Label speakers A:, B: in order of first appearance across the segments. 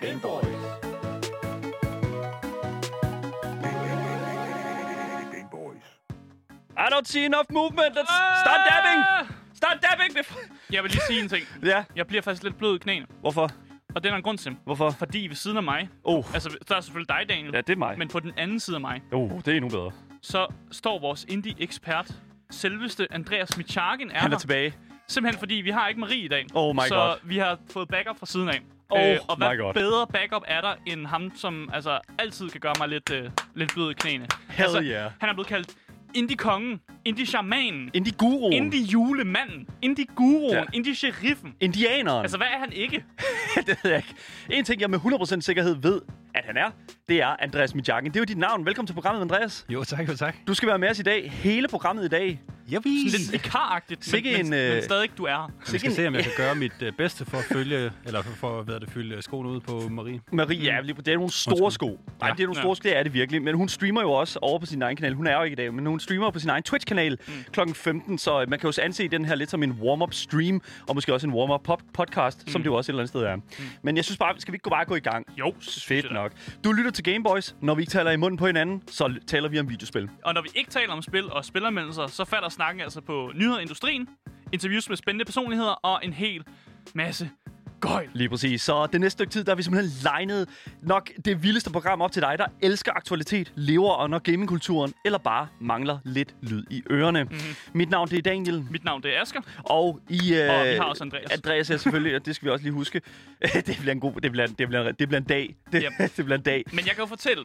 A: Gameboys.
B: I don't see enough movement. Let's start dabbing. Start dabbing. before-
C: Ah! Jeg vil lige sige en ting.
B: Ja,
C: Jeg bliver faktisk lidt blød i knæene.
B: hvorfor?
C: Og det er der en grund til.
B: Hvorfor?
C: Fordi ved siden af mig,
B: Oh,
C: altså der er selvfølgelig dig, Daniel,
B: ja, det er mig. Men...
C: men på den anden side af mig,
B: Oh, det er endnu bedre.
C: så står vores indie-ekspert, selveste Andreas Michargen, er,
B: Han er
C: her.
B: tilbage.
C: Simpelthen fordi, vi har ikke Marie i dag.
B: Oh my
C: så
B: God.
C: vi har fået backup fra siden af. Øh,
B: Oh
C: og hvad
B: my God.
C: bedre backup er der, end ham, som altså, altid kan gøre mig lidt, øh, lidt blød i knæene.
B: Hell
C: altså,
B: yeah.
C: Han er blevet kaldt Indie-kongen, Indie-shamanen,
B: Indie Guru.
C: Indie-julemanden, Indie-guruen,
B: Ja.
C: ja. Indie-sheriffen.
B: Indianeren.
C: Altså, hvad er han ikke?
B: det ved jeg ikke. En ting, jeg med 100% sikkerhed ved, at han er, det er Andreas Mijakken. Det er jo dit navn. Velkommen til programmet, Andreas.
D: Jo, tak, jo, tak.
B: Du skal være med os i dag. Hele programmet i dag.
D: Jeg
C: Lidt vikaragtigt, men,
B: Sikke en,
C: men,
B: øh,
C: men stadig du er her.
D: Vi skal se, om jeg kan gøre mit øh, bedste for at følge, eller for- for hvad er det, fylde øh, skoene ud på Marie.
B: Marie, ja, lige på- det er nogle store sko. Nej,
D: Ja.
B: det er nogle
C: Ja.
B: store sko, det er det virkelig. Men hun streamer jo også over på sin egen kanal. Hun er jo ikke i dag, men hun streamer på sin egen Twitch-kanal
C: Mm.
B: klokken 15. Så øh, man kan jo så anse den her lidt som en warm-up stream, og måske også en warm-up pop- podcast, som det jo også et eller andet sted er. Men jeg synes bare, skal vi ikke gå- bare gå i gang?
C: Mm. Jo, synes jeg
B: Fedt
C: da.
B: nok. Du lytter til Gameboys. Når vi ikke taler i munden på hinanden, så l- taler vi om videospil.
C: Og når vi ikke taler om spil og spilanmeldelser, så falder snakken altså på nyheder i industrien, interviews med spændende personligheder og en hel masse gøjl.
B: Lige præcis. Så det næste stykke tid, der har vi simpelthen legnet nok det vildeste program op til dig, der elsker aktualitet, lever under gamingkulturen, eller bare mangler lidt lyd i ørerne. Mm-hmm. Mit navn det er Daniel,
C: Mit navn det er Asger.
B: og I... Øh,
C: Mhm. Og vi har også Andreas.
B: Andreas er selvfølgelig, og det skal vi også lige huske. det bliver en god... Det bliver, en- det bliver, en- det bliver en dag. Det,
C: Yep.
B: det bliver en dag.
C: Men jeg kan jo fortælle,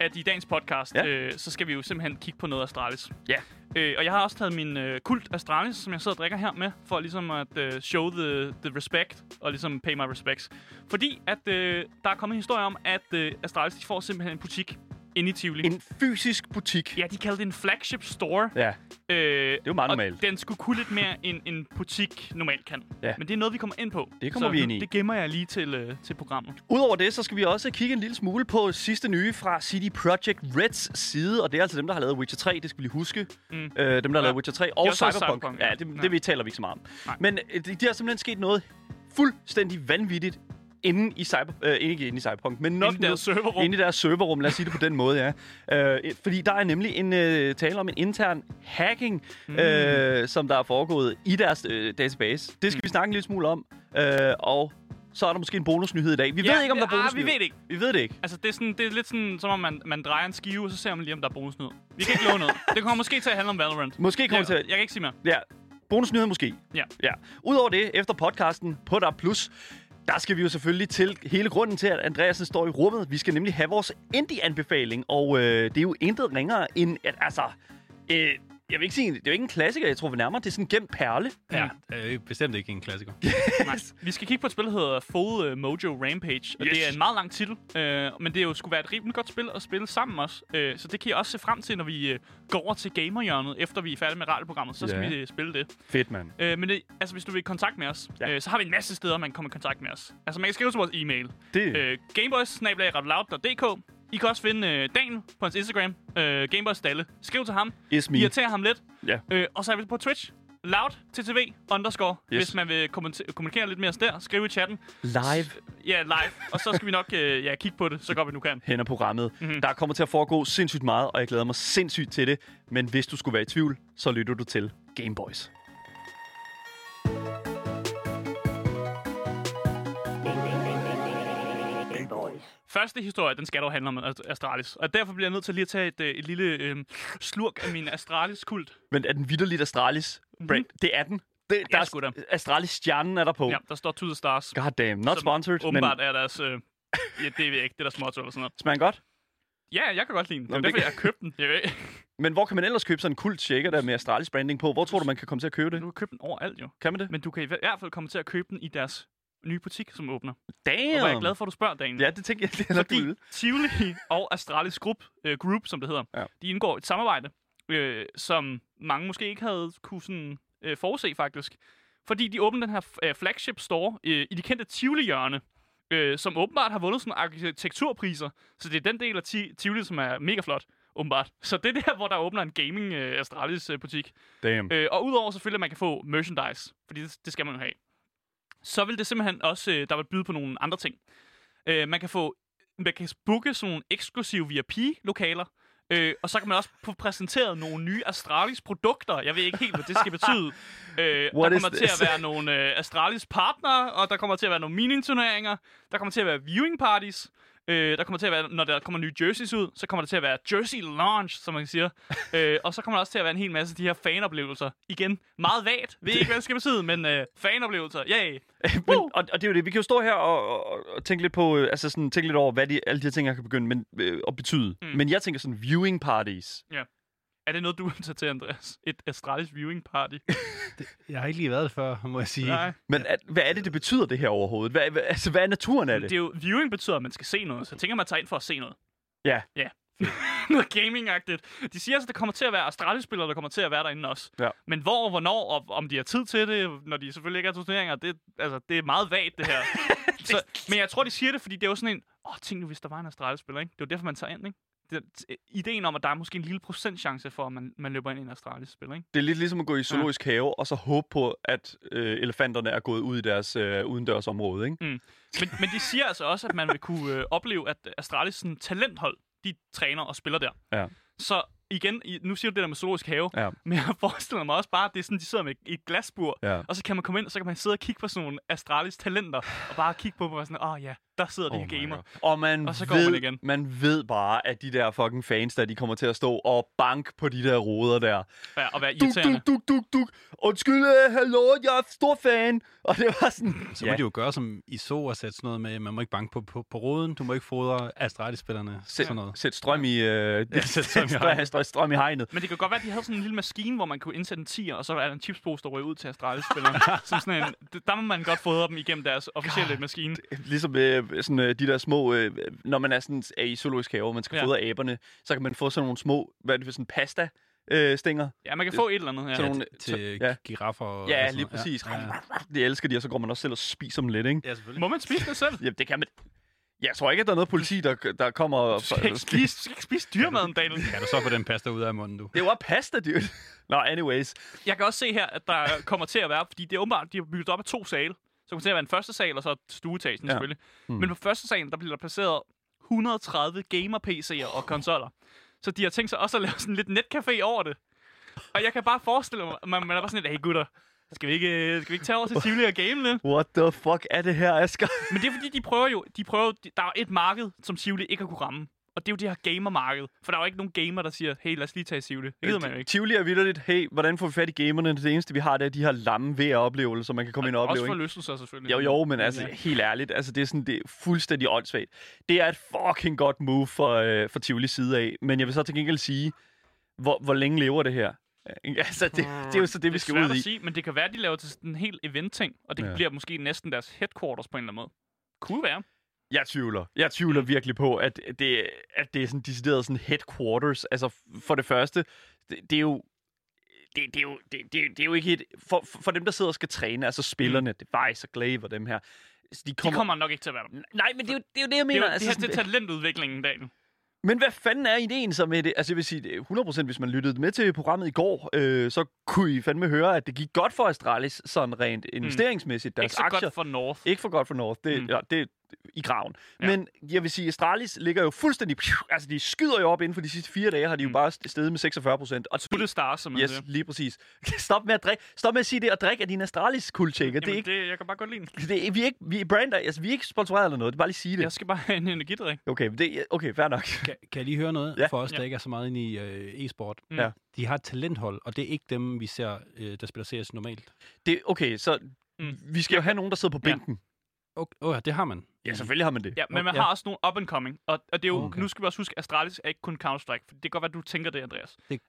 C: at i dagens podcast,
B: Ja.
C: ja. øh, så skal vi jo simpelthen kigge på noget Astralis.
B: Ja.
C: Øh, og jeg har også taget min øh, kult Astralis, som jeg sidder og drikker her med, for ligesom at øh, show the, the respect, og ligesom pay my respects. Fordi at øh, der er kommet en historie om, at øh, Astralis de får simpelthen en butik inde i Tivoli.
B: En fysisk butik.
C: Ja, de kalder det en flagship store.
B: Ja.
C: Øh, det er
B: jo meget normalt.
C: Og den skulle kunne lidt mere, end en butik normalt kan.
B: Ja.
C: Men det er noget, vi kommer ind på.
B: Det kommer
C: så
B: vi ind i.
C: Det gemmer jeg lige til, øh, til programmet.
B: Udover det, så skal vi også kigge en lille smule på sidste nye fra CD Projekt Reds side, og det er altså dem, der har lavet Witcher 3, det skal vi lige huske. Mm. Øh, dem, der har lavet Witcher 3 og
C: også lavet
B: Cyberpunk.
C: Cyberpunk,
B: ja,
C: ja.
B: det,
C: Ja.
B: det vi taler vi ikke så meget om.
C: Nej.
B: Men øh, det, der er simpelthen sket noget fuldstændig vanvittigt inde i Cyber, øh, ikke inde i Cyberpunk, men nok
C: Inde i deres
B: nede-
C: serverrum.
B: Inde i deres serverrum, lad os sige det på den måde, ja. Øh, øh, fordi der er nemlig en øh, tale om en intern hacking, mm. øh, som der er foregået i deres øh, database. Det skal mm. vi snakke en lille smule om, øh, og så er der måske en bonusnyhed i dag. Vi ved ikke, om der er
C: ah,
B: bonusnyhed.
C: vi ved det ikke.
B: Vi ved det ikke.
C: Altså, det er, sådan, det er lidt sådan, som om man, man drejer en skive, og så ser man lige, om der er bonusnød. Vi kan ikke love noget. Det kommer måske til at handle om Valorant.
B: Måske kommer det
C: jeg,
B: til at-
C: Jeg kan ikke sige mere.
B: Ja, bonusnyheder måske.
C: Ja.
B: Ja. Udover det, efter podcasten på Der Plus, der skal vi jo selvfølgelig til hele grunden til, at Andreasen står i rummet. Vi skal nemlig have vores indie-anbefaling, og øh, det er jo intet ringere end, at altså... Øh, jeg vil ikke sige, det er jo ikke en klassiker, jeg tror vi nærmere. Det er sådan en gemt perle. Mm.
D: Ja, øh, bestemt ikke en klassiker.
C: Mm. Nej. Vi skal kigge på et spil, der hedder Full øh, Mojo Rampage. Og
B: Yes.
C: Det er en meget lang titel, øh, men det er jo skulle være et rimelig godt spil at spille sammen også. Øh, så det kan jeg også se frem til, når vi øh, går over til gamerhjørnet, efter vi er færdige med radioprogrammet. Så skal
B: Ja.
C: vi øh, spille det.
B: Fedt, mand.
C: Øh, men det, altså, hvis du vil i kontakt med os,
B: Ja.
C: ja. øh, så har vi en masse steder, man kan komme i kontakt med os. Altså, man kan skrive til vores e-mail.
B: Det-
C: Øh, gameboys I kan også finde øh, Daniel på hans Instagram, øh, Gameboys Dalle. Skriv til ham.
B: Is me.
C: Irriter ham lidt.
B: Ja.
C: Øh, og så er vi på Twitch. Loud ttv underscore.
B: Yes.
C: Yes. Hvis man vil kommente- kommunikere lidt mere os der, skriv i chatten.
B: Live
C: Ja, live. og så skal vi nok øh, ja, kigge på det, så godt vi nu kan.
B: hen ad programmet.
C: Mhm.
B: Mm-hmm. Der kommer til at foregå sindssygt meget, og jeg glæder mig sindssygt til det. Men hvis du skulle være i tvivl, så lytter du til Gameboys.
C: Første historie, den skal dog handle om Ast- Astralis. Og derfor bliver jeg nødt til lige at tage et, øh, et lille øh, slurk af min Astralis-kult.
B: Men er den vidderligt Astralis? Mm-hmm. Det er den. Det, der
C: Mhm. sgu da.
B: er, Astralis-stjernen er der på.
C: Ja, der står To The Stars.
B: God damn, not
C: som
B: sponsored, men
C: Åbenbart er deres... Øh, ja, det er ikke det er deres motto eller sådan noget.
B: smager den godt.
C: Ja, jeg kan godt lide den. Det er
B: men det
C: derfor,
B: kan-
C: jeg har købt den. Jeg ved,
B: Men hvor kan man ellers købe sådan en kult shaker der med Astralis branding på? Hvor tror du, man kan komme til at købe det?
C: du kan købe den overalt jo.
B: Kan man det?
C: Men du kan i hvert fald komme til at købe den i deres nye butik, som åbner. Og
B: Damn!
C: hvor jeg er glad for, at du spørger, Daniel.
B: Ja, det tænker jeg, det er nok
C: Fordi
B: Fordi...
C: Tivoli og Astralis Group, øh, Group, som det hedder,
B: Ja.
C: ja. de indgår et samarbejde, øh, som mange måske ikke havde kunne sådan, øh, forudse faktisk. Fordi de åbner den her f- øh, flagship store øh, i de kendte Tivoli-hjørne, øh, som åbenbart har vundet sådan arkitekturpriser. Så det er den del af ti- Tivoli, som er mega flot, åbenbart. Så det er der, hvor der åbner en gaming øh, Astralis-butik.
B: Damn.
C: Øh, og udover selvfølgelig, at man kan få merchandise, fordi det, det skal man jo have, så vil det simpelthen også, øh, der vil byde på nogle andre ting. Øh, man kan få man kan booke sådan nogle eksklusive VIP-lokaler, øh, og så kan man også få præsenteret nogle nye Astralis produkter. Jeg ved ikke helt, hvad det skal betyde. Øh, der
B: What is
C: kommer til at
B: this?
C: være nogle øh, Astralis partnere, og der kommer til at være nogle mini-turneringer, der kommer til at være viewing parties, øh, der kommer til at være, når der kommer nye jerseys ud, så kommer der til at være jersey launch, som man siger. øh, og så kommer der også til at være en hel masse af de her fanoplevelser. Igen, meget vagt. Ved ikke, hvad det skal betyde, men øh, fanoplevelser. Yay!
B: Øh, Men,
C: Woo!
B: og, og det er jo det. Vi kan jo stå her og, og- og, og tænke lidt på, øh, altså sådan, tænke lidt over, hvad de, alle de her ting her kan begynde men, øh, at betyde.
C: Mm.
B: Mm. Men jeg tænker sådan viewing parties.
C: Er det noget, du vil tage til, Andreas? Et Astralis viewing party?
D: Jeg har ikke lige været det før, må jeg sige.
C: Nej.
B: Men at, hvad er det, det betyder det her overhovedet? Hvad, hvad, altså, hvad er naturen af
C: Det
B: det?
C: er jo, viewing betyder, at man skal se noget, så jeg tænker, man tager ind for at se noget.
B: Ja.
C: Ja. noget gaming-agtigt. De siger altså, at der kommer til at være Astralis-spillere, der kommer til at være derinde også.
B: Ja.
C: Men hvor og hvornår, og om de har tid til det, når de selvfølgelig ikke har turneringer, det, altså, det er meget vagt, det her. så, men jeg tror, de siger det, fordi det er jo sådan en, åh, oh, tænk nu, hvis der var en Astralis-spiller, ikke? Det er jo derfor, man tager ind, ikke? Det, t- ideen om, at der er måske en lille procentchance for, at man, man løber ind i en Astralis-spiller, ikke?
B: Det er lidt ligesom at gå i zoologisk have, og så håbe på, at øh, elefanterne er gået ud i deres øh, udendørsområde, ikke?
C: Men, men de siger altså også, at man vil kunne øh, opleve, at Astralis sådan, talenthold, de træner og spiller der.
B: Ja.
C: Så igen, i- nu siger du det der med zoologisk have,
B: Ja.
C: men jeg forestiller mig også bare, at det er sådan, de sidder med i et glasbur,
B: Ja.
C: og så kan man komme ind, og så kan man sidde og kigge på sådan nogle Astralis talenter, og bare kigge på dem og sådan, åh oh, ja, der sidder de oh gamer.
B: Og man,
C: Og så går
B: ved,
C: man igen.
B: man ved bare, at de der fucking fans, der de kommer til at stå og banke på de der ruder der.
C: Ja, og være
B: Duk,
C: irriterende.
B: duk, duk, duk, duk. Undskyld, øh, hallo, jeg er stor fan. Og det var sådan...
D: Så må de jo gøre som I så og sætte sådan noget med, man må ikke banke på, på, på roden, du må ikke fodre Astralis-spillerne.
B: Sæt,
D: Sådan noget.
B: sæt strøm i, øh,
D: Ja, sæt strøm i hegnet.
B: strøm, strøm i hegnet.
C: Men det kan godt være, at de havde sådan en lille maskine, hvor man kunne indsætte en 10'er, og så er der en chipspose, der ryger ud til Astralis-spillere. som sådan en, der må man godt fodre dem igennem deres officielle maskine.
B: Ligesom øh, sådan, øh, de der små... Øh, når man er, sådan, er i zoologisk have, og man skal
C: Ja.
B: ja. fodre aberne, så kan man få sådan nogle små... Hvad er det for sådan pasta? Øh, stinger.
C: Ja, man kan få et eller andet her.
B: Sådan nogle,
D: Til
B: ja.
D: giraffer og
B: ja,
D: sådan
B: lige
D: noget.
B: præcis.
D: Ja, ja.
B: Det elsker de, og så går man også selv og spiser dem lidt, ikke?
D: ja selvfølgelig.
C: Må man spise det selv?
B: Jamen, det kan man... Jeg tror ikke, at der er noget politi, der, der kommer og...
C: Du skal ikke spise, du skal ikke spise dyremaden, Daniel.
D: Kan du så få den pasta ud af munden, du?
B: Det var pasta, dude. Nå, anyways.
C: Jeg kan også se her, at der kommer til at være, fordi det er åbenbart, de har bygget op af to sale. Så kommer til at være en første sal, og så stueetagen ja.
B: Ja.
C: selvfølgelig. Mm. Men på første salen, der bliver der placeret 130 gamer-PC'er og konsoller. Så de har tænkt sig også at lave sådan lidt netcafé over det. Og jeg kan bare forestille mig, at man man er bare sådan lidt, hey gutter, skal vi ikke, øh, skal vi ikke tage over til Tivoli og game lidt?
B: What the fuck er det her, Asger?
C: Men det er fordi, de prøver jo, de prøver, de, der er jo et marked, som Tivoli ikke har kunne ramme. Og det er jo det her gamermarked. For der er jo ikke nogen gamer, der siger, hey, lad os lige tage i Tivoli. Det gider man jo ikke.
B: Tivoli er vildt hey, hvordan får vi fat i gamerne? Det eneste, vi har, det er de her lamme VR-oplevelser, man kan komme ind og
C: Også
B: opleve.
C: for
B: ikke?
C: lystelser selvfølgelig.
B: Jo, jo, men altså, helt ærligt, altså, det er sådan, det er fuldstændig åndssvagt. Det er et fucking godt move for, øh, for Tivolis side af, men jeg vil så til gengæld sige, hvor, hvor længe lever det her? Altså, det, det er jo så det, vi skal
C: svært
B: ud i.
C: at sige, men det kan være, at de laver til sådan en helt event-ting, og det ja.
B: Ja.
C: bliver måske næsten deres headquarters på en eller anden måde. Kunne være.
B: Jeg tvivler. Jeg tvivler virkelig på, at det, at det er sådan decideret sådan headquarters. Altså, for det første, det, det er jo... Det, det, er jo, det, det, det er jo ikke et... For, for dem, der sidder og skal træne, altså spillerne, mm. Device og Glaive og dem her, så de
C: De
B: kommer...
C: kommer nok ikke til at være der.
B: kommer... Nej, men det er, jo, det er jo det, jeg
C: Det er,
B: mener.
C: jo, det,
B: altså,
C: her,
B: sådan,
C: det er talentudviklingen, Daniel.
B: men hvad fanden er ideen så med det? Altså jeg vil sige, det er 100% hvis man lyttede med til programmet i går, øh, så kunne I fandme høre, at det gik godt for Astralis, sådan rent investeringsmæssigt. Deres
C: Ikke så
B: aktier,
C: godt for North.
B: Ikke for godt for North. Det,
C: Mm.
B: mm. ja, det er i graven.
C: Ja.
B: Ja. Men jeg vil sige, Astralis ligger jo fuldstændig... Altså, de skyder jo op inden for de sidste fire dage, har de jo
C: Mm.
B: bare steget med 46 procent. Og
C: Putte stars, som man
B: Yes,
C: siger.
B: lige præcis. Stop med at, drikke. Stop med at sige det, og drikke af din astralis kuldshaker. Det er
C: Jamen,
B: ikke...
C: det, jeg kan bare godt lide den.
B: Det, er- vi, er ikke, vi, er brander, altså, vi er ikke sponsoreret eller noget. Det er bare lige sige det.
C: Jeg skal bare have en energidrik.
B: Okay, men det, okay, fair nok.
D: Kan, kan jeg lige høre noget
B: Ja.
D: for os, der
C: Ja.
D: ikke er så meget inde i øh, e-sport?
C: Mm.
B: Ja.
D: De har et talenthold, og det er ikke dem, vi ser, øh, der spiller CS normalt.
B: Det, okay, så
C: Mm.
B: vi skal jo have nogen, der sidder på
C: Ja. Mm.
B: bænken.
D: Okay, oh, ja, det har man.
B: Ja, selvfølgelig har man det.
C: Ja, men man
D: Ja.
C: har også nogle up and coming. Og, og det er jo, okay.
D: Okay.
C: nu skal vi også huske, Astralis er ikke kun Counter-Strike. For det kan godt være, du tænker det, Andreas.
D: Det, det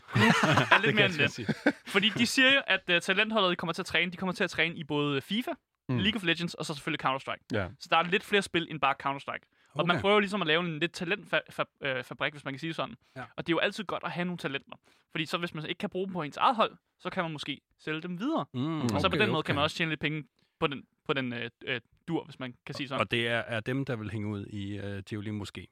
C: Group er lidt
D: det
C: mere end
D: sgu
C: det.
D: sige.
C: Fordi de siger jo, at uh, talentholdet de kommer til at træne. De kommer til at træne i både FIFA, mm.
B: Mm.
C: League of Legends og så selvfølgelig Counter-Strike.
B: Ja.
C: Så der er lidt flere spil end bare Counter-Strike. Okay. Og man
D: Okay.
C: prøver jo ligesom at lave en lidt talentfabrik, hvis man kan sige det sådan.
D: Ja.
C: Og det er jo altid godt at have nogle talenter. Fordi så hvis man ikke kan bruge dem på ens eget hold, så kan man måske sælge dem videre.
D: Mm,
B: Og
C: Og så på
D: okay,
C: den måde kan
D: okay.
C: man også tjene lidt penge på den, på den øh, øh, dur, hvis man kan sige sådan.
D: Og det er, er dem, der vil hænge ud i øh, Tivoli måske.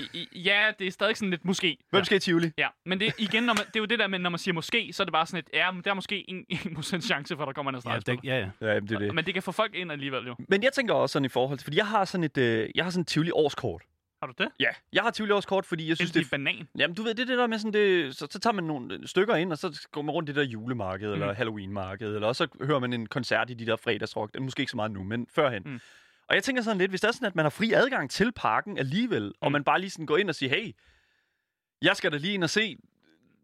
C: I- i- Ja, det er stadig sådan lidt måske.
B: Hvem skal i Tivoli?
C: Ja, men det, igen, når man, det er jo det der med, når man siger måske, så er det bare sådan et, ja, men der er måske en, en procent chance for, at der kommer en
D: Ja,
C: astralspiller.
D: det, ja, ja.
B: Ja, jamen, det er det.
C: Men det kan få folk ind alligevel, jo.
B: Men jeg tænker også sådan i forhold til, fordi jeg har sådan et, øh, jeg har sådan et Tivoli årskort.
C: Har du det?
B: Ja, jeg har Tivoli årskort, fordi jeg synes, det,
C: det
B: er
C: er banan.
B: Jamen, du ved, det er det der med sådan, det, så, så tager man nogle øh, stykker ind, og så går man rundt i det der julemarked, mm. eller Halloweenmarked, eller også så hører man en koncert i de der fredagsrock. Det er måske ikke så meget nu, men førhen.
C: Mm.
B: Mm. Og jeg tænker sådan lidt, hvis det er sådan, at man har fri adgang til parken alligevel, mm. og man bare lige sådan går ind og siger, hey, jeg skal da lige ind og se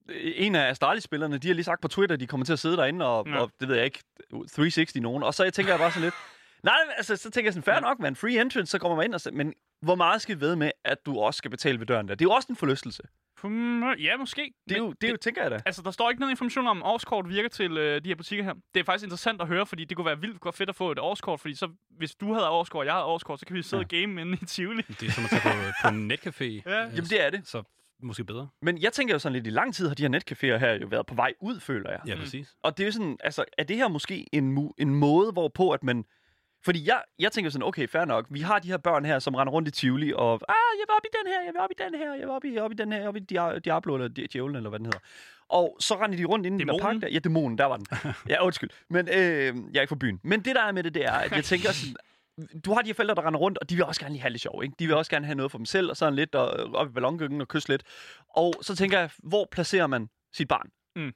B: øh, en af Astralis-spillerne, de har lige sagt på Twitter, at de kommer til at sidde derinde, og,
C: Ja.
B: ja. og det ved jeg ikke, 360 nogen. Og så jeg tænker jeg bare sådan lidt, nej, men altså, så tænker jeg sådan, fair nok, man, free entrance, så kommer man ind og så, men hvor meget skal vi ved med, at du også skal betale ved døren der? Det er jo også en forlystelse.
C: Hmm, ja, måske.
B: Det er
C: Men
B: jo, det er jo tænker jeg da.
C: Altså, der står ikke noget information om, om årskort virker til øh, de her butikker her. Det er faktisk interessant at høre, fordi det kunne være vildt godt fedt at få et årskort, fordi så, hvis du havde årskort, og jeg havde årskort, så kan vi sidde ja. og game inde i Tivoli.
D: Det er som at tage på, på en netcafé. Øh,
C: Ja.
B: Jamen, det er det.
D: Så måske bedre.
B: Men jeg tænker jo sådan lidt, i lang tid har de her netcaféer her jo været på vej ud, føler jeg.
D: Ja,
C: Mm.
D: præcis.
B: Og det er jo sådan, altså, er det her måske en, mu- en måde, hvorpå at man... Fordi jeg, jeg tænker sådan, okay, fair nok, vi har de her børn her, som render rundt i Tivoli, og ah, jeg vil op i den her, jeg vil op i den her, jeg vil op i, op i den her, op i Dia- Diablo, eller Di- Djævlen, eller hvad den hedder. Og så render de rundt inden i den der
C: Dæmonen.
B: park der. Ja, dæmonen, der var den. Ja, undskyld. Men øh, jeg er ikke fra byen. Men det, der er med det, det er, at jeg tænker sådan, du har de her forældre, der render rundt, og de vil også gerne lige have det sjov, ikke? De vil også gerne have noget for dem selv, og sådan lidt, og øh, op i ballongyngen og kysse lidt. Og så tænker jeg, hvor placerer man sit barn?
C: Mm.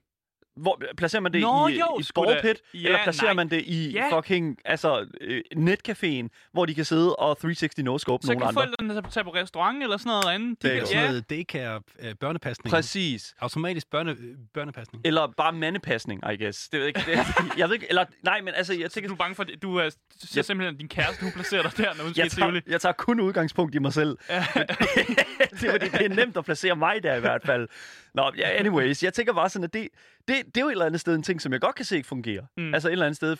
B: Hvor placerer man det
C: Nå,
B: i,
C: jo,
B: i
C: sgu da.
B: ballpit,
C: Ja,
B: eller placerer
C: nej.
B: man det i
C: Ja.
B: fucking altså, øh, netcaféen, hvor de kan sidde og 360 no-scope
C: Så
B: nogle
C: kan
B: andre?
C: forældrene tage- tage på restaurant eller sådan noget andet.
B: Det er
D: Det er
B: godt.
D: sådan
C: ja,
D: noget daycare, øh, børnepasning.
B: Præcis.
D: Automatisk børne, øh, børnepasning.
B: Eller bare mandepasning, I guess. Det ved jeg ikke. Det, jeg ved ikke, eller, nej, men altså, jeg
C: så
B: tænker,
C: du er bange for, at du er, du ser
B: Jeg-
C: simpelthen, at din kæreste, hun placerer dig der, når hun skal
B: jeg
C: i Tivoli.
B: tager, jeg tager kun udgangspunkt i mig selv. det, er, fordi det er nemt at placere mig der i hvert fald. Nå, ja, anyways, jeg tænker bare sådan, at det, det, det er jo et eller andet sted en ting, som jeg godt kan se ikke fungerer.
C: Mm.
B: Mm. Altså et eller andet sted,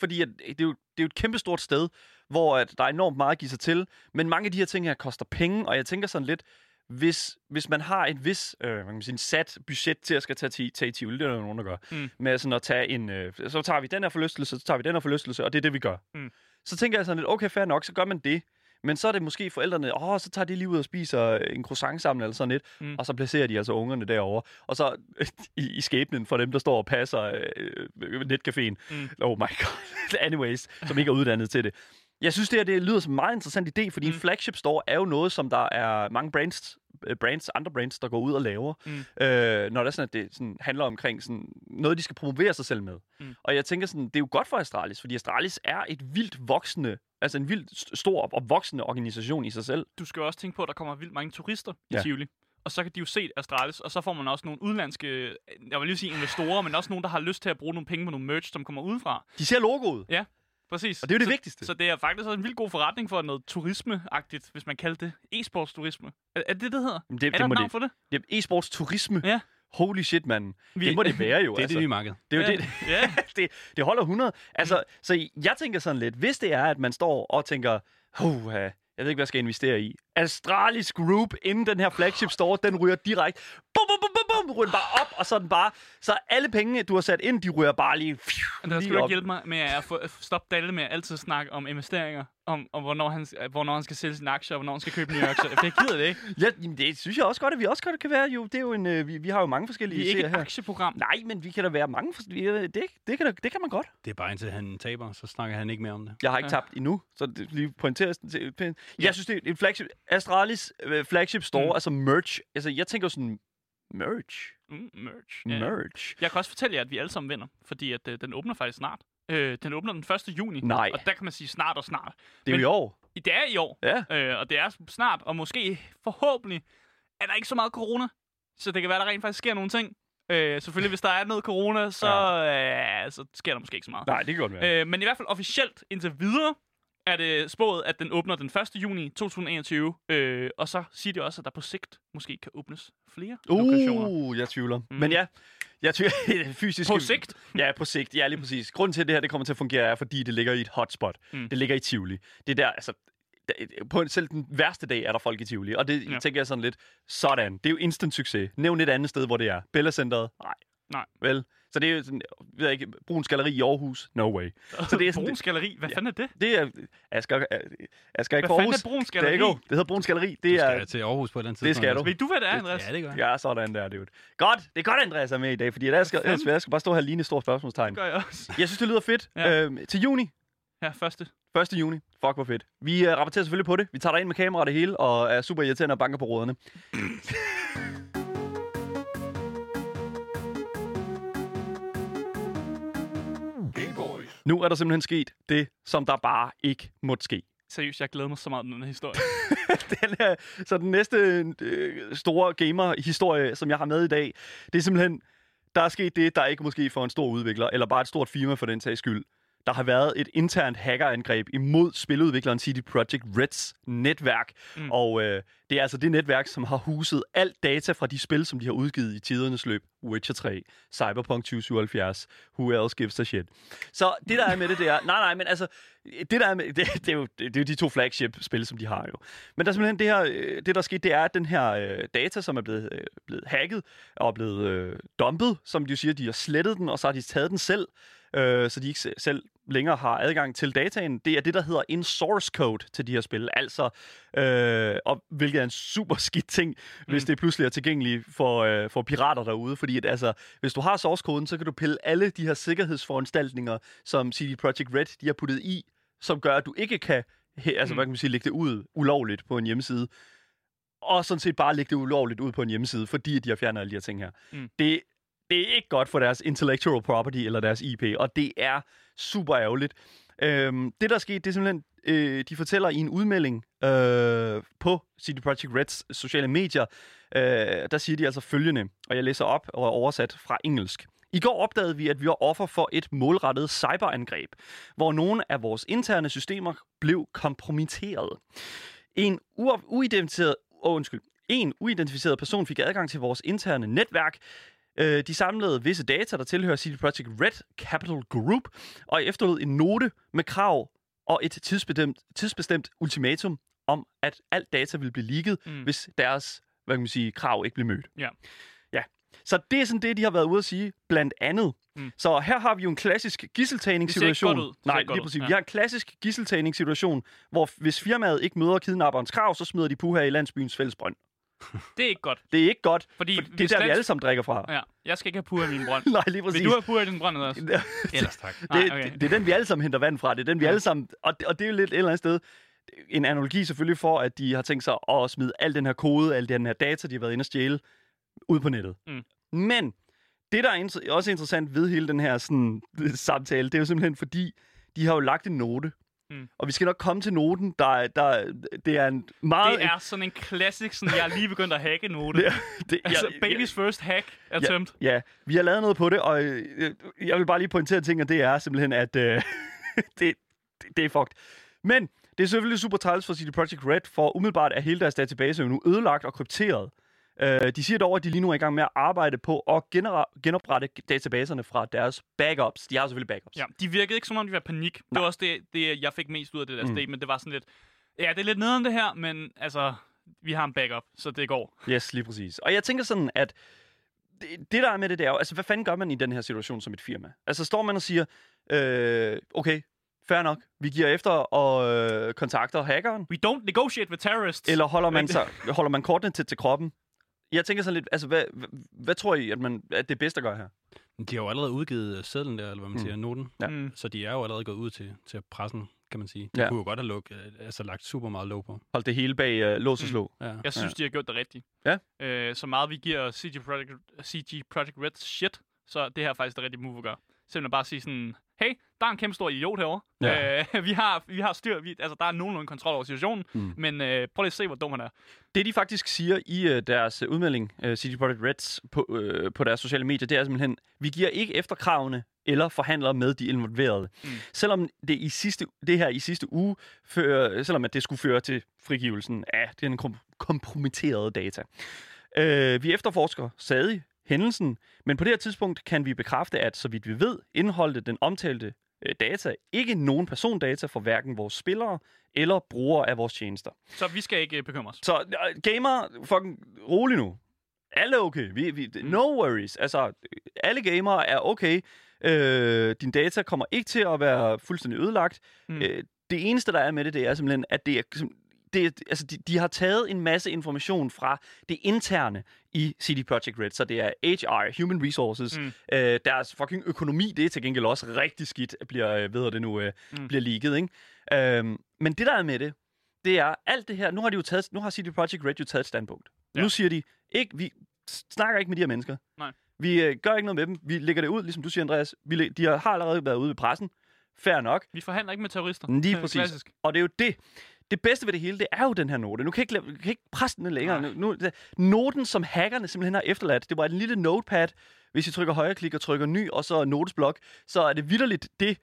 B: fordi at, det, er jo, det er jo et kæmpestort sted, hvor at der er enormt meget at give sig til, men mange af de her ting her koster penge, og jeg tænker sådan lidt, hvis, hvis man har et vis øh, hvad kan man sige, en sat budget til at skal tage, til, tage i Tivoli, det er der jo nogen, der gør,
C: Mm.
B: mm. med sådan at tage en, øh, så tager vi den her forlystelse, så tager vi den her forlystelse, og det er det, vi gør.
C: Mm.
B: Så tænker jeg sådan lidt, okay, fair nok, så gør man det. Men så er det måske forældrene, åh, oh, så tager de lige ud og spiser øh, en croissant sammen eller sådan lidt,
C: Mm.
B: mm. og så placerer de altså ungerne derovre. Og så i, i skæbnen for dem, der står og passer øh, øh, netcaféen.
C: Mm.
B: Mm. Oh my god. Anyways, som ikke er uddannet til det. Jeg synes, det her det lyder som en meget interessant idé, fordi mm.
C: Mm.
B: en flagship store er jo noget, som der er mange brands, øh, brands andre brands, der går ud og laver,
C: Mm.
B: mm. øh, når det, er sådan, at det sådan, handler omkring sådan, noget, de skal promovere sig selv med.
C: Mm.
B: Mm. Og jeg tænker sådan, det er jo godt for Astralis, fordi Astralis er et vildt voksende, altså en vildt st- stor og voksende organisation i sig selv.
C: du skal jo også tænke på, at der kommer vildt mange turister ja. i
B: Ja.
C: Tivoli. Og så kan de jo se Astralis, og så får man også nogle udlandske, jeg vil lige sige investorer, men også nogen, der har lyst til at bruge nogle penge på nogle merch, som kommer udefra.
B: De ser logoet,
C: Præcis.
B: og det er jo det
C: så,
B: vigtigste.
C: Så det er faktisk også en vildt god forretning for noget turisme-agtigt, hvis man kalder det e-sportsturisme. Er, er det det, det hedder?
B: Men
C: er
B: det,
C: der
B: det,
C: et
B: må
C: navn
B: det,
C: for det?
B: det er e-sports turisme.
C: Ja.
B: Holy shit, mand.
C: Vi-
B: Det må det være jo.
D: Det er
B: altså.
D: det nye marked.
B: det er jo det,
C: Ja. ja.
B: det, det holder 100. Altså, mm. så jeg tænker sådan lidt, hvis det er, at man står og tænker, uh, jeg ved ikke, hvad jeg skal investere i. Astralis Group, inden den her flagship store, den ryger direkte. Bum, bum, bum, bum, bum, ryger den bare op, og så er den bare. Så alle pengene, du har sat ind, de ryger bare lige, phew,
C: Der skal
B: lige
C: du ikke
B: op.
C: hjælpe mig med at få, at stoppe Dalle med at altid snakke om investeringer, om, om hvornår, han, hvornår han skal sælge sin aktier, og hvornår han skal købe nye aktier. For jeg gider det ikke.
B: Ja, jamen, det synes jeg også godt, at vi også godt kan være. Jo, det er jo en, øh, vi, vi har jo mange forskellige
C: Vi er ikke
B: serier
C: et
B: her.
C: aktieprogram.
B: Nej, men vi kan da være mange forskellige. Det, det, kan, da, det kan man godt.
D: Det er bare indtil han taber, så snakker han ikke mere om det.
B: Jeg har ikke
C: Ja.
B: ja. tabt endnu, så det lige pointeres den til. pænt. Jeg synes, det er en flagship. Astralis øh, flagship store,
C: Mm.
B: mm. altså merch. Altså, jeg tænker jo sådan, merch?
C: Mm, merch.
B: Yeah.
C: Ja.
B: Merch?
C: Jeg kan også fortælle jer, at vi alle sammen vinder, fordi at, øh, den åbner faktisk snart. Øh, den åbner den 1. juni,
B: Nej.
C: og der kan man sige snart og snart.
B: Det er jo
C: Men-
B: i år.
C: I det er i år,
B: Ja.
C: øh, og det er snart, og måske forhåbentlig er der ikke så meget corona, så det kan være, der rent faktisk sker nogle ting. Øh, selvfølgelig, hvis der er noget corona, så, øh, så sker der måske ikke så meget.
B: Nej, det kan godt være.
C: Øh, men i hvert fald officielt indtil videre er det spået, at den åbner den 1. juni 2021, øh, og så siger de også, at der på sigt måske kan åbnes flere lokationer.
B: Uh, jeg tvivler. Mm. Men ja, jeg tvivler fysisk.
C: På sigt?
B: Ja, på sigt. Ja, lige præcis. Grunden til, at det her det kommer til at fungere, er, fordi det ligger i et hotspot.
C: Mm.
B: Mm. Det ligger i Tivoli. Det er der, altså... der- På selv den værste dag er der folk i Tivoli, og det
C: Ja.
B: ja. tænker jeg sådan lidt, sådan, det er jo instant succes. Nævn et andet sted, hvor det er. Bella Centeret? Nej.
C: Nej.
B: Vel? Så det er jo sådan, ved jeg ikke, Bruns Galeri i Aarhus. No way. Så det er sådan,
C: Bruns Galeri? Hvad fanden er det?
B: Det er Asger, Asger
C: Hvad
B: ikke
C: fanden
B: Aarhus.
C: er Bruns
B: Det er
C: Galeri?
B: ikke Det hedder Bruns Galeri.
D: Du
B: Det
D: skal
B: er...
D: til Aarhus på et eller andet
B: Det
D: tidspunkt.
B: skal du.
D: altså.
C: Ved du, hvad det er, Andreas?
D: Det, ja, det gør jeg.
B: Ja, sådan der, det er Godt, det er godt, Andreas er med i dag, fordi ellers,
C: fanden?
B: ellers, jeg skal bare stå her lige i et stort spørgsmålstegn.
C: Det gør jeg også.
B: Jeg synes, det lyder fedt.
C: Ja.
B: Øhm, til juni.
C: Ja, første.
B: 1. juni. Fuck, hvor fedt. Vi øh, rapporterer selvfølgelig på det. Vi tager dig ind med kamera og det hele, og er super irriterende og banker på råderne. Nu er der simpelthen sket det, som der bare ikke måtte ske.
C: Seriøst, jeg glæder mig så meget til den her historie.
B: den her, så den næste øh, store gamer-historie, som jeg har med i dag, det er simpelthen, der er sket det, der ikke måske for en stor udvikler, eller bare et stort firma for den sags skyld. Der har været et internt hackerangreb imod spiludvikleren CD Projekt Reds netværk. Mm.
C: Mm.
B: Og øh, det er altså det netværk, som har huset alt data fra de spil, som de har udgivet i tidernes løb. Witcher 3, Cyberpunk 2077, Who Else Gives a Shit. Så det, der er med det, det er... Nej, nej, men altså... Det, der er med, det, det, er jo, det, det er jo de to flagship-spil, som de har jo. Men der er simpelthen det her... øh, Det, der er sket, det er, at den her øh, data, som er blevet, øh, blevet hacket og blevet øh, dumpet, som de jo siger, de har slettet den, og så har de taget den selv, øh, så de ikke se- selv længere har adgang til dataen. Det er det, der hedder en source code til de her spil. Altså, øh, og, hvilket er en super skidt ting, hvis
C: Mm.
B: det pludselig er tilgængeligt for, øh, for pirater derude. Fordi at, altså, hvis du har source-koden, så kan du pille alle de her sikkerhedsforanstaltninger, som CD Projekt Red de har puttet i, som gør, at du ikke kan he, altså,
C: Mm.
B: hvad kan man sige, lægge det ud ulovligt på en hjemmeside. Og sådan set bare lægge det ulovligt ud på en hjemmeside, fordi de har fjernet alle de her ting her.
C: Mm.
B: Det, det er ikke godt for deres intellectual property eller deres IP, og det er super ærgerligt. Øhm, det, der er sket, det er simpelthen, øh, de fortæller i en udmelding øh, på CD Projekt Reds sociale medier, øh, der siger de altså følgende, og jeg læser op og er oversat fra engelsk. I går opdagede vi, at vi var offer for et målrettet cyberangreb, hvor nogle af vores interne systemer blev kompromitteret. En u- uidentificeret, oh, undskyld, en uidentificeret person fik adgang til vores interne netværk. Øh, De samlede visse data, der tilhører CD Projekt Red Capital Group, og efterlod en note med krav og et tidsbestemt, tidsbestemt ultimatum om, at alt data ville blive leaget, mm.
C: Mm.
B: hvis deres hvad kan man sige, krav ikke blev mødt.
C: Ja.
B: ja. Så det er sådan det, de har været ude at sige, blandt andet. Mm.
C: Mm.
B: Så her har vi jo en klassisk gisseltagningssituation.
C: Det ser ikke godt ud. Det ser
B: Nej,
C: ikke godt
B: lige
C: ud.
B: præcis.
C: Ja.
B: Vi har en klassisk gisseltagningssituation, hvor hvis firmaet ikke møder kidnapperens krav, så smider de puha i landsbyens fællesbrønd.
C: Det er ikke godt.
B: Det er ikke godt,
C: Fordi
B: for det er
C: hvis
B: der, vi
C: lands-
B: alle sammen drikker fra.
C: Ja, jeg skal ikke have pur i min brønd.
B: Nej, lige præcis.
C: Vil du have pur i din brønd, Andreas?
D: Ellers tak.
C: Nej,
B: det,
C: okay.
B: det, det er den, vi alle sammen henter vand fra. Det er den, vi
C: Ja.
B: alle sammen... Og det, og det er jo lidt et eller andet sted en analogi selvfølgelig for, at de har tænkt sig at smide al den her kode, al den her data, de har været inde og stjæle, ud på nettet.
C: Mm.
B: Men det, der er inter- også interessant ved hele den her sådan, samtale, det er jo simpelthen fordi, de har jo lagt en note.
C: Mm.
B: Og vi skal nok komme til noten, der, er- der det er en meget...
C: Det er sådan en klassisk, sådan, jeg er lige begyndt at hacke note.
B: Ja, det,
C: Altså,
B: jeg-
C: baby's first hack attempt.
B: Ja, vi har lavet noget på det, og øh, jeg vil bare lige pointere en ting, og det er simpelthen, at øh, det, det, det er fucked. Men det er selvfølgelig super træls for CD Projekt Red, for umiddelbart er hele deres database jo nu ødelagt og krypteret. Øh, de siger dog, at de lige nu er i gang med at arbejde på at genera- genoprette databaserne fra deres backups. De har selvfølgelig backups.
C: Ja, de virkede ikke som om, de var i panik. Det var også det, det, jeg fik mest ud af det der
B: Mm.
C: mm. statement. Det var sådan lidt, ja, det er lidt nederen det her, men altså, vi har en backup, så det går.
B: Yes, lige præcis. Og jeg tænker sådan, at det, det der er med det, det er jo, altså hvad fanden gør man i den her situation som et firma? Altså står man og siger, øh, okay, fair nok, vi giver efter og øh, kontakter hackeren,
C: We don't negotiate with terrorists.
B: eller holder man,
C: Men-
B: sig, holder man kortene tæt til kroppen? Jeg tænker sådan lidt, altså hvad, hvad, hvad tror I, at, man, at det er bedst at gøre her?
D: De har jo allerede udgivet øh, sedlen der, eller hvad man
B: Mm.
D: siger, noten.
B: Ja.
C: Mm.
D: Så de er jo allerede gået ud til, til pressen, kan man sige. De
B: Ja.
D: kunne jo godt have luk, øh, altså, lagt super meget låg på.
B: Hold det hele bag øh, lås og
C: Mm.
B: slå.
D: Ja.
C: Jeg synes, ja. de har gjort det rigtigt.
B: Ja.
C: Øh, så meget vi giver CG Project, CG Project Red shit, så det her er faktisk det rigtige move at gøre. Simpelthen bare sige sådan, hey, der er en kæmpe stor idiot herovre.
B: Ja.
C: Ja. Øh, vi, har, vi har styr, vi, altså der er nogenlunde kontrol over situationen,
B: Mm.
C: mm. men øh, prøv lige at se, hvor dum han er.
B: Det de faktisk siger i øh, deres øh, udmelding, øh, CD Projekt Reds, på, øh, på deres sociale medier, det er simpelthen, vi giver ikke efter kravene eller forhandler med de involverede. Mm.
C: Mm.
B: Selvom det, i sidste, det her i sidste uge, fører, selvom at det skulle føre til frigivelsen af den kom- kompromitterede data. Øh, vi efterforsker stadig hændelsen, men på det her tidspunkt kan vi bekræfte, at så vidt vi ved, indeholdte den omtalte øh, data ikke nogen persondata for hverken vores spillere eller brugere af vores tjenester.
C: Så vi skal ikke øh, bekymre os.
B: Så øh, gamer, fucking rolig nu. Alle er okay. Vi, vi, no worries. Altså, alle gamere er okay. Øh, din data kommer ikke til at være fuldstændig ødelagt.
C: Mm.
B: Mm. Øh, det eneste, der er med det, det er simpelthen, at det er... som- Det, er- altså, de, de har taget en masse information fra det interne i CD Projekt Red, så det er HR, Human Resources,
C: Mm.
B: mm. øh, deres fucking økonomi, det er til gengæld også rigtig skidt, bliver, øh, ved det nu, øh,
C: Mm.
B: mm. bliver leaget, ikke? Øhm, men det, der er med det, det er alt det her, nu har, de jo taget, nu har CD Projekt Red jo taget et standpunkt.
C: Ja.
B: Ja. Nu siger de, ikke, vi snakker ikke med de her mennesker.
C: Nej.
B: Vi øh, gør ikke noget med dem. Vi lægger det ud, ligesom du siger, Andreas. Vi, læ- de har har allerede været ude i pressen. Fair nok.
C: Vi forhandler ikke med terrorister.
B: Lige
C: Øh,
B: præcis.
C: Klassisk.
B: Og det er jo det. Det bedste ved det hele, det er jo den her note. Nu kan jeg ikke, lave- jeg kan ikke presse den ned længere.
C: Nej.
B: Nu, nu, det- noten, som hackerne simpelthen har efterladt, det var en lille notepad. Hvis I trykker højreklik og trykker ny, og så notesblok, så er det vidderligt det,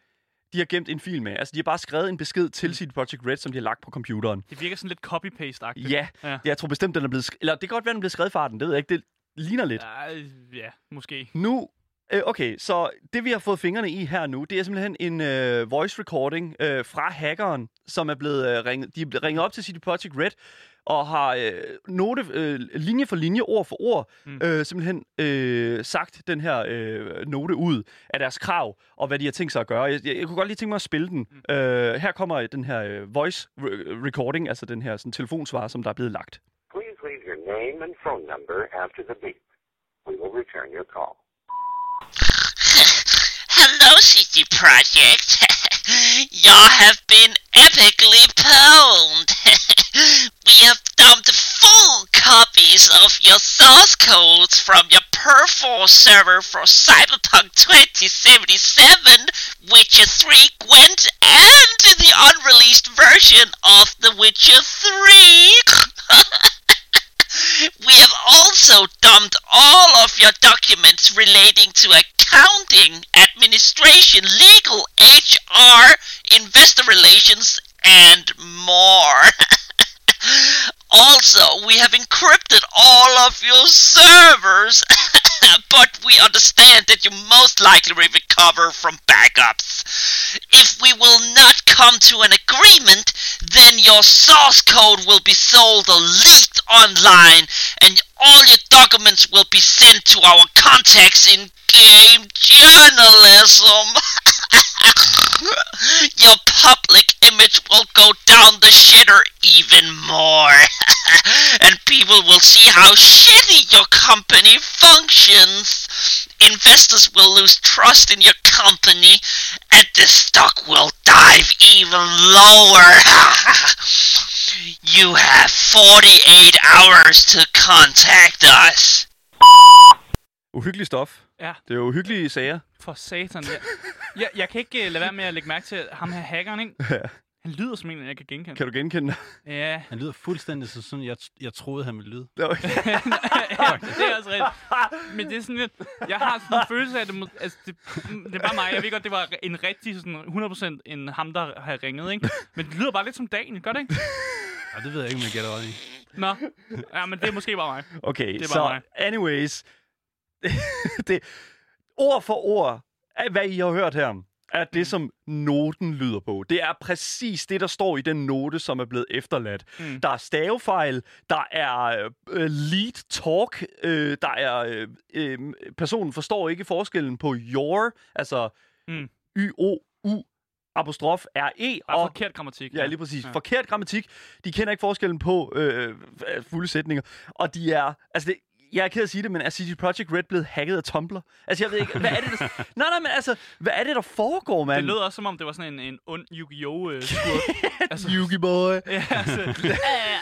B: de har gemt en fil med. Altså, de har bare skrevet en besked til sit Project Red, som de har lagt på computeren.
C: Det virker sådan lidt copy-paste-agtigt.
B: Ja,
C: Ja.
B: jeg tror bestemt, den er blevet... Sk- Eller det kan godt være, den blev skrevet i farten. Det ved jeg ikke. Det ligner lidt.
C: Ja, ja, måske.
B: Nu, øh, okay, så det vi har fået fingrene i her nu, det er simpelthen en øh, voice recording øh, fra hackeren, som er blevet øh, ringet, de er blevet ringet op til CD Projekt Red, og har øh, note, øh, linje for linje, ord for ord,
C: Mm.
B: mm. øh, simpelthen øh, sagt den her øh, note ud af deres krav, og hvad de har tænkt sig at gøre. Jeg, jeg, jeg kunne godt lige tænke mig at spille den. Mm. Øh, her kommer den her øh, voice re- recording, altså den her sådan, telefonsvar, som der er blevet lagt.
A: Please leave your name and phone number after the beep. We will return your call.
E: Hello, CD Project. Y'all have been epically pwned. we have dumped full copies of your source codes from your Perfor server for Cyberpunk 2077, Witcher 3, Gwent, and the unreleased version of The Witcher 3. We have also dumped all of your documents relating to accounting, administration, legal, HR, investor relations, and more. also, we have encrypted all of your servers, but we understand that you most likely will recover from backups. If we will not come to an agreement, then your source code will be sold or leaked online, and all your documents will be sent to our contacts in game journalism. Your public image will go down the shitter even more. and people will see how shitty your company functions. Investors will lose trust in your company, and the stock will dive even lower. you have 48 hours to contact us.
B: Uhyggelig stof.
C: Ja.
B: Det er jo uhyggelige sager.
C: For satan, ja. Jeg, jeg kan ikke uh, lade være med at lægge mærke til at ham her hackeren, ikke?
B: Ja.
C: Han lyder som en, jeg kan genkende.
B: Kan du genkende
C: Ja.
D: Han lyder fuldstændig som sådan, jeg, jeg troede, han ville lyde.
B: det?
C: ja, det er også rigtigt. Men det er sådan lidt... Jeg har sådan en følelse af, at det, må, altså det, det er bare mig. Jeg ved godt, det var en rigtig sådan 100% en ham, der har ringet, ikke? Men det lyder bare lidt som dagen, gør det ikke?
D: Og det ved jeg ikke, om jeg gætter ret i.
C: Nå. Ja, men det er måske bare mig.
B: Okay,
C: Det er
B: det
C: bare
B: så
C: mig.
B: anyways. det, ord for ord af, hvad I har hørt her, er
C: Mm.
B: det, som noten lyder på. Det er præcis det, der står i den note, som er blevet efterladt.
C: Mm.
B: Mm. Der er stavefejl, der er øh, lead talk, øh, der er... Øh, øh, personen forstår ikke forskellen på your, altså
C: Mm.
B: mm. y-o-u, apostrof r-e,
C: Bare
B: e, og
C: forkert grammatik.
B: Ja, lige præcis.
C: Ja.
B: Ja. Forkert grammatik. De kender ikke forskellen på øh, f- fulde sætninger. Og de er... Altså, det, jeg er ked af at sige det, men er CD Projekt Red blevet hacket af Tumblr? Altså, jeg ved ikke, hvad er det, der... nej, nej, men altså, hvad er det, der foregår, mand?
C: Det lød også, som om det var sådan en, en ond Yu-Gi-Oh! øh, skurk. altså,
B: Yugi boy.
C: ja, altså, uh,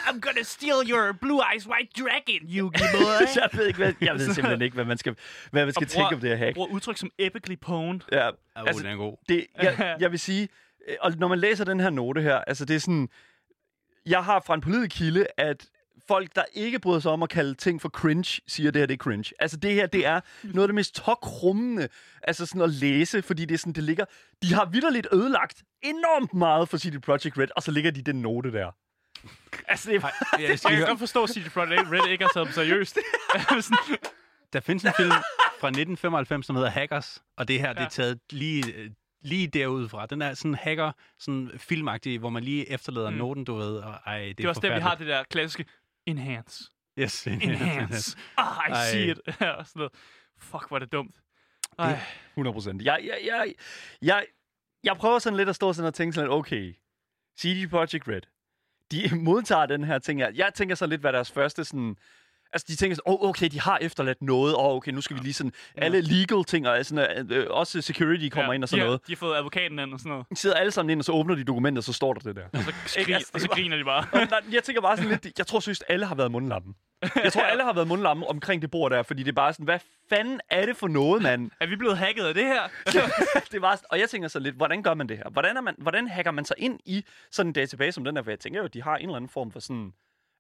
C: I'm gonna steal your blue eyes white dragon, Yu-Gi-Oh!
B: jeg ved, ikke, hvad, jeg ved simpelthen ikke, hvad man skal, hvad man skal tænke om det her hack.
C: Bruger udtryk som epically pwned.
B: Ja,
D: Åh, altså, den er god.
B: det, jeg, jeg vil sige, øh, og når man læser den her note her, altså det er sådan, jeg har fra en pålidelig kilde, at folk, der ikke bryder sig om at kalde ting for cringe, siger, at det her det er cringe. Altså det her, det er noget af det mest tokrummende, altså sådan at læse, fordi det er sådan, det ligger, de har vidderligt ødelagt enormt meget for CD Projekt Red, og så ligger de den note der. Altså det er,
D: Ja, jeg skal
C: Jeg
D: lige
C: kan
D: høre.
C: godt forstå, at CD Projekt Red ikke har taget dem seriøst. Altså, Sådan,
D: Der findes en film fra 1995, som hedder Hackers, og det her, det er taget lige, øh, lige derudfra. Den er sådan hacker, sådan filmagtig, hvor man lige efterlader
C: Mm.
D: noten, du ved, og ej, det,
C: det er også der, vi
D: forfærdeligt.
C: har det der klassiske enhance.
D: Yes.
C: Enhance. Ah, I
D: Ej.
C: see it. Ja, og sådan noget. Fuck, hvor er det dumt. Ej,
B: 100 procent. Jeg, jeg, jeg, jeg, jeg prøver sådan lidt at stå sådan og tænke sådan, lidt, okay, CD Projekt Red, de modtager den her ting. Jeg, jeg tænker sådan lidt, hvad deres første sådan... Altså, de tænker sådan, oh, okay, de har efterladt noget, og oh, okay, nu skal vi lige sådan... Alle legal ting, og sådan, øh, også security kommer
C: ja,
B: ja, ind og sådan
C: de har,
B: noget.
C: De har fået advokaten ind og sådan noget.
B: De sidder alle sammen ind, og så åbner de dokumenter, og så står der det der.
C: Og så, skriger,
B: altså,
C: og
B: det
C: så
B: var-
C: griner de bare.
B: Og Nej, jeg tænker bare sådan lidt, jeg tror synes alle har været mundlappen. Jeg tror, alle har været mundlappen omkring det bord der, fordi det er bare sådan, hvad fanden er det for noget, mand?
C: er vi blevet hacket af det her?
B: det var, og jeg tænker så lidt, hvordan gør man det her? Hvordan, er man, hvordan hacker man sig ind i sådan en database som den her? For jeg tænker jo, at de har en eller anden form for sådan...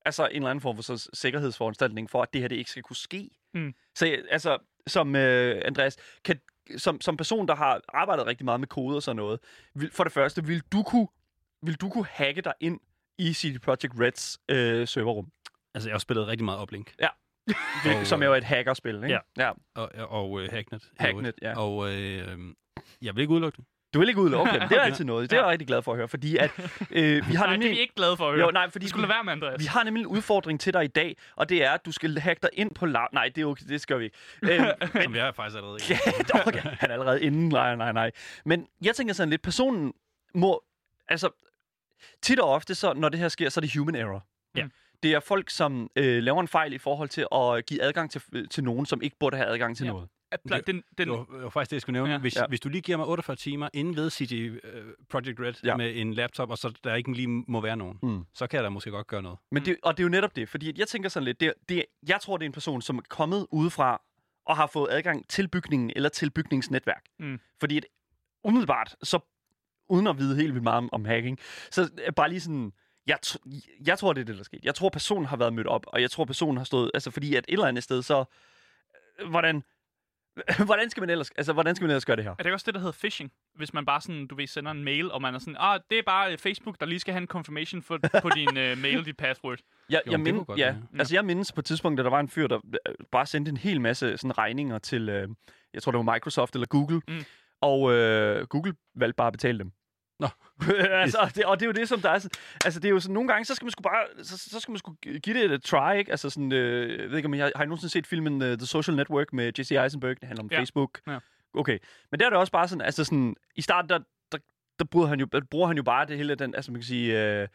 B: Altså en eller anden form for så sikkerhedsforanstaltning for, at det her det ikke skal kunne ske.
C: Mm.
B: Så jeg- altså, som øh, Andreas, kan, som, som person, der har arbejdet rigtig meget med kode og sådan noget, vil, for det første, vil du kunne, vil du kunne hacke dig ind i CD Projekt Reds øh, serverrum,
D: altså, jeg har spillet rigtig meget Oplink.
B: Hvil-
D: Og,
B: som er jo et hackerspil, ikke?
D: ja.
B: ja.
D: Og, og øh, Hacknet. i
B: Hacknet,
D: øvrigt.
B: ja.
D: Og øh, øhm, jeg vil ikke udelukke det.
B: Du vil ikke udelukke det, men det er
C: Okay.
B: altid noget. Det er jeg rigtig glad for at høre, fordi at øh, vi har
C: Nej, det
B: nemlig...
C: er vi ikke glade for at høre.
B: Jo, nej, fordi
C: det skulle
B: vi-
C: lade være med, Andreas.
B: Vi har nemlig en udfordring til dig i dag, og det er, at du skal hacke dig ind på lav... Nej, det er okay, det skal vi ikke. Øhm,
D: Som jeg er faktisk allerede ikke.
B: ja, dog, okay. Han er allerede inden. Nej, nej, nej. Men jeg tænker sådan lidt, personen må... Altså, tit og ofte, så, når det her sker, så er det human error.
C: Ja.
B: Det er folk, som øh, laver en fejl i forhold til at give adgang til, øh, til nogen, som ikke burde have adgang til
C: Ja.
B: ja. noget.
C: At- Den, den,
D: Det var, det var faktisk det, jeg skulle nævne.
C: Ja.
D: Ja. Hvis,
B: Ja.
D: ja. hvis du lige giver mig 48 timer inden ved CG uh, Project Red
B: Ja.
D: ja. med en laptop, og så der ikke lige må være nogen,
B: Mm.
D: mm. så kan jeg da måske godt gøre noget.
B: Men det, og det er jo netop det, fordi at jeg tænker sådan lidt, det, det, jeg tror, det er en person, som er kommet udefra og har fået adgang til bygningen eller til bygningsnetværk.
C: Mm.
B: Fordi at, umiddelbart, så uden at vide helt vildt meget om, om hacking, så øh, bare lige sådan, jeg, tr- jeg tror, det er det, der er sket. Jeg tror, personen har været mødt op, og jeg tror, personen har stået, altså fordi at et eller andet sted, så øh, hvordan, hvordan skal man ellers, altså hvordan skal man ellers gøre det her?
C: Er det ikke også det, der hedder phishing? Hvis man bare sådan, du ved, sender en mail, og man er sådan, ah, det er bare øh, Facebook, der lige skal have en confirmation for, på din uh, mail, dit password.
B: Jeg,
D: Jo,
B: jeg,
D: men det
B: mind,
D: kunne godt
B: ja,
D: være.
C: Ja.
B: altså, jeg mindes på et tidspunkt, at der var en fyr, der øh, bare sendte en hel masse sådan, regninger til, øh, jeg tror det var Microsoft eller Google,
C: Mm.
B: mm. og øh, Google valgte bare at betale dem.
D: Nå.
B: altså, og, det, og det er jo det, som der er sådan, altså det er jo sådan, nogle gange, så skal man sgu bare, så, så skal man sgu give det et try, ikke? Altså sådan, øh, jeg ved ikke om jeg har, har I nogensinde set filmen uh, The Social Network med Jesse Eisenberg, det handler om
C: Ja.
B: ja. Facebook.
C: Ja.
B: Okay, men der er det også bare sådan, altså sådan, i starten, der, der, der bruger, han jo, der bruger han jo bare det hele, den, altså man kan sige, øh,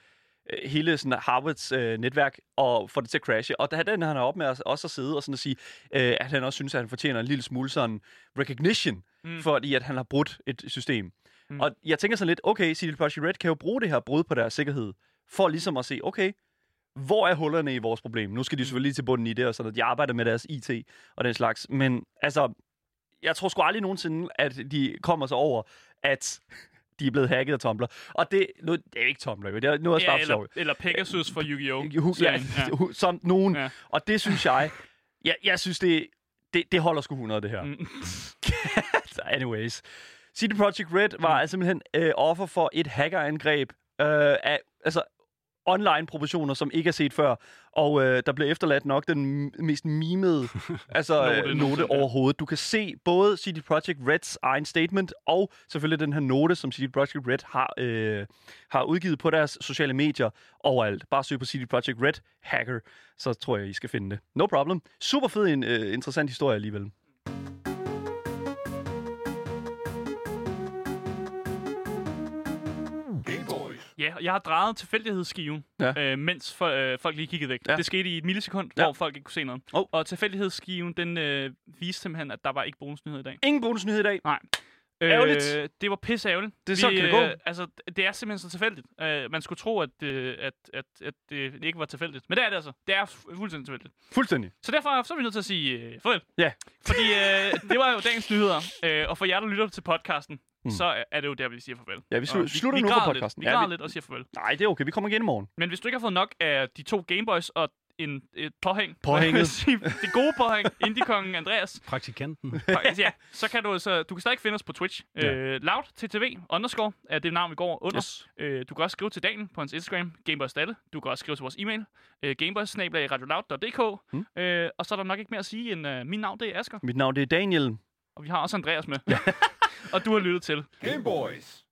B: øh, hele sådan Harvards øh, netværk og får det til at crashe. Og der er den, han er op med os- også at sidde og sådan at sige, øh, at han også synes, at han fortjener en lille smule sådan recognition,
C: Mm.
B: mm. fordi at han har brudt et system.
C: Mm.
B: Mm. Og jeg tænker sådan lidt, okay, CD Projekt Red kan jo bruge det her brud på deres sikkerhed, for ligesom at se, okay, hvor er hullerne i vores problem? Nu skal de selvfølgelig lige til bunden i det, og sådan at de arbejder med deres IT og den slags. Men altså, jeg tror sgu aldrig nogensinde, at de kommer sig over, at de er blevet hacket af Tumblr. Og det, nu, det er ikke Tumblr, jo. det er nu er også bare for sjov.
C: eller, eller Pegasus for Yu-Gi-Oh!
B: Hu- ja,
C: serien. ja.
B: hu- som nogen.
C: Ja.
B: Ja. Og det synes jeg, jeg, jeg synes, det, det, det holder sgu 100, det her. Mm.
C: Mm.
B: Anyways. CD Projekt Red var
C: Mm.
B: altså simpelthen øh, offer for et hackerangreb øh, af altså, online proportioner, som ikke er set før. Og øh, der blev efterladt nok den m- mest mimede altså,
C: Note
B: note,
C: nogensinde,
B: note
C: ja.
B: overhovedet. Du kan se både CD Projekt Reds egen statement, og selvfølgelig den her note, som CD Projekt Red har, øh, har udgivet på deres sociale medier overalt. Bare søg på CD Projekt Red Hacker, så tror jeg, I skal finde det. No problem. Super fed, en, øh, interessant historie alligevel.
C: ja, og jeg har drejet tilfældighedsskiven, ja.
B: Ja.
C: øh, mens for, øh, folk lige kiggede væk. Ja.
B: Ja.
C: Det skete i et millisekund, ja.
B: Ja.
C: hvor folk ikke kunne se noget.
B: Oh.
C: Og tilfældighedsskiven, den øh, viste simpelthen, at der var ikke bonusnyhed i dag.
B: Ingen bonusnyhed i dag.
C: Nej.
B: Ærgerligt.
C: Øh, det var pisse ærgerligt.
B: Det er sådan, kan det gå.
C: altså, det er simpelthen så tilfældigt. Øh, man skulle tro, at, øh, at, at, at det ikke var tilfældigt. Men det er det altså. Det er fu- fuldstændig tilfældigt.
B: Fuldstændig.
C: Så derfor så er vi nødt til at sige øh, farvel.
B: Ja.
C: Fordi øh, det var jo dagens nyheder. Øh, og for jer, der lytter til podcasten, mm.
B: Mm.
C: så er- er det jo der, vi siger farvel.
B: Ja, vi slu-
C: Og
B: slutter
C: vi
B: nu for
C: græder
B: podcasten.
C: Lidt. Vi
B: Ja,
C: græder
B: vi-
C: lidt og siger farvel.
B: Nej, det er okay. Vi kommer igen i morgen.
C: Men hvis du ikke har fået nok af de to Gameboys og en, et påhæng,
B: Påhænget.
C: hvad skal jeg sige? det gode påhæng, Indiekongen Andreas, altså,
D: Praktikanten.
C: ja, så kan du, så, du kan stadig finde os på Twitch. Ja.
B: Ja.
C: Øh, loud, ttv, underscore, er det navn, vi går under.
B: Yes.
C: Øh, du kan også skrive til Daniel på hans Instagram, Gameboys Dalle. Du kan også skrive til vores e-mail, øh, gameboys-radioloud.dk. Mm. Øh, og så er der nok ikke mere at sige end, øh, min navn det er Asger,
B: Mit navn det er Daniel.
C: og vi har også Andreas med. og du har lyttet til
F: Game Boys.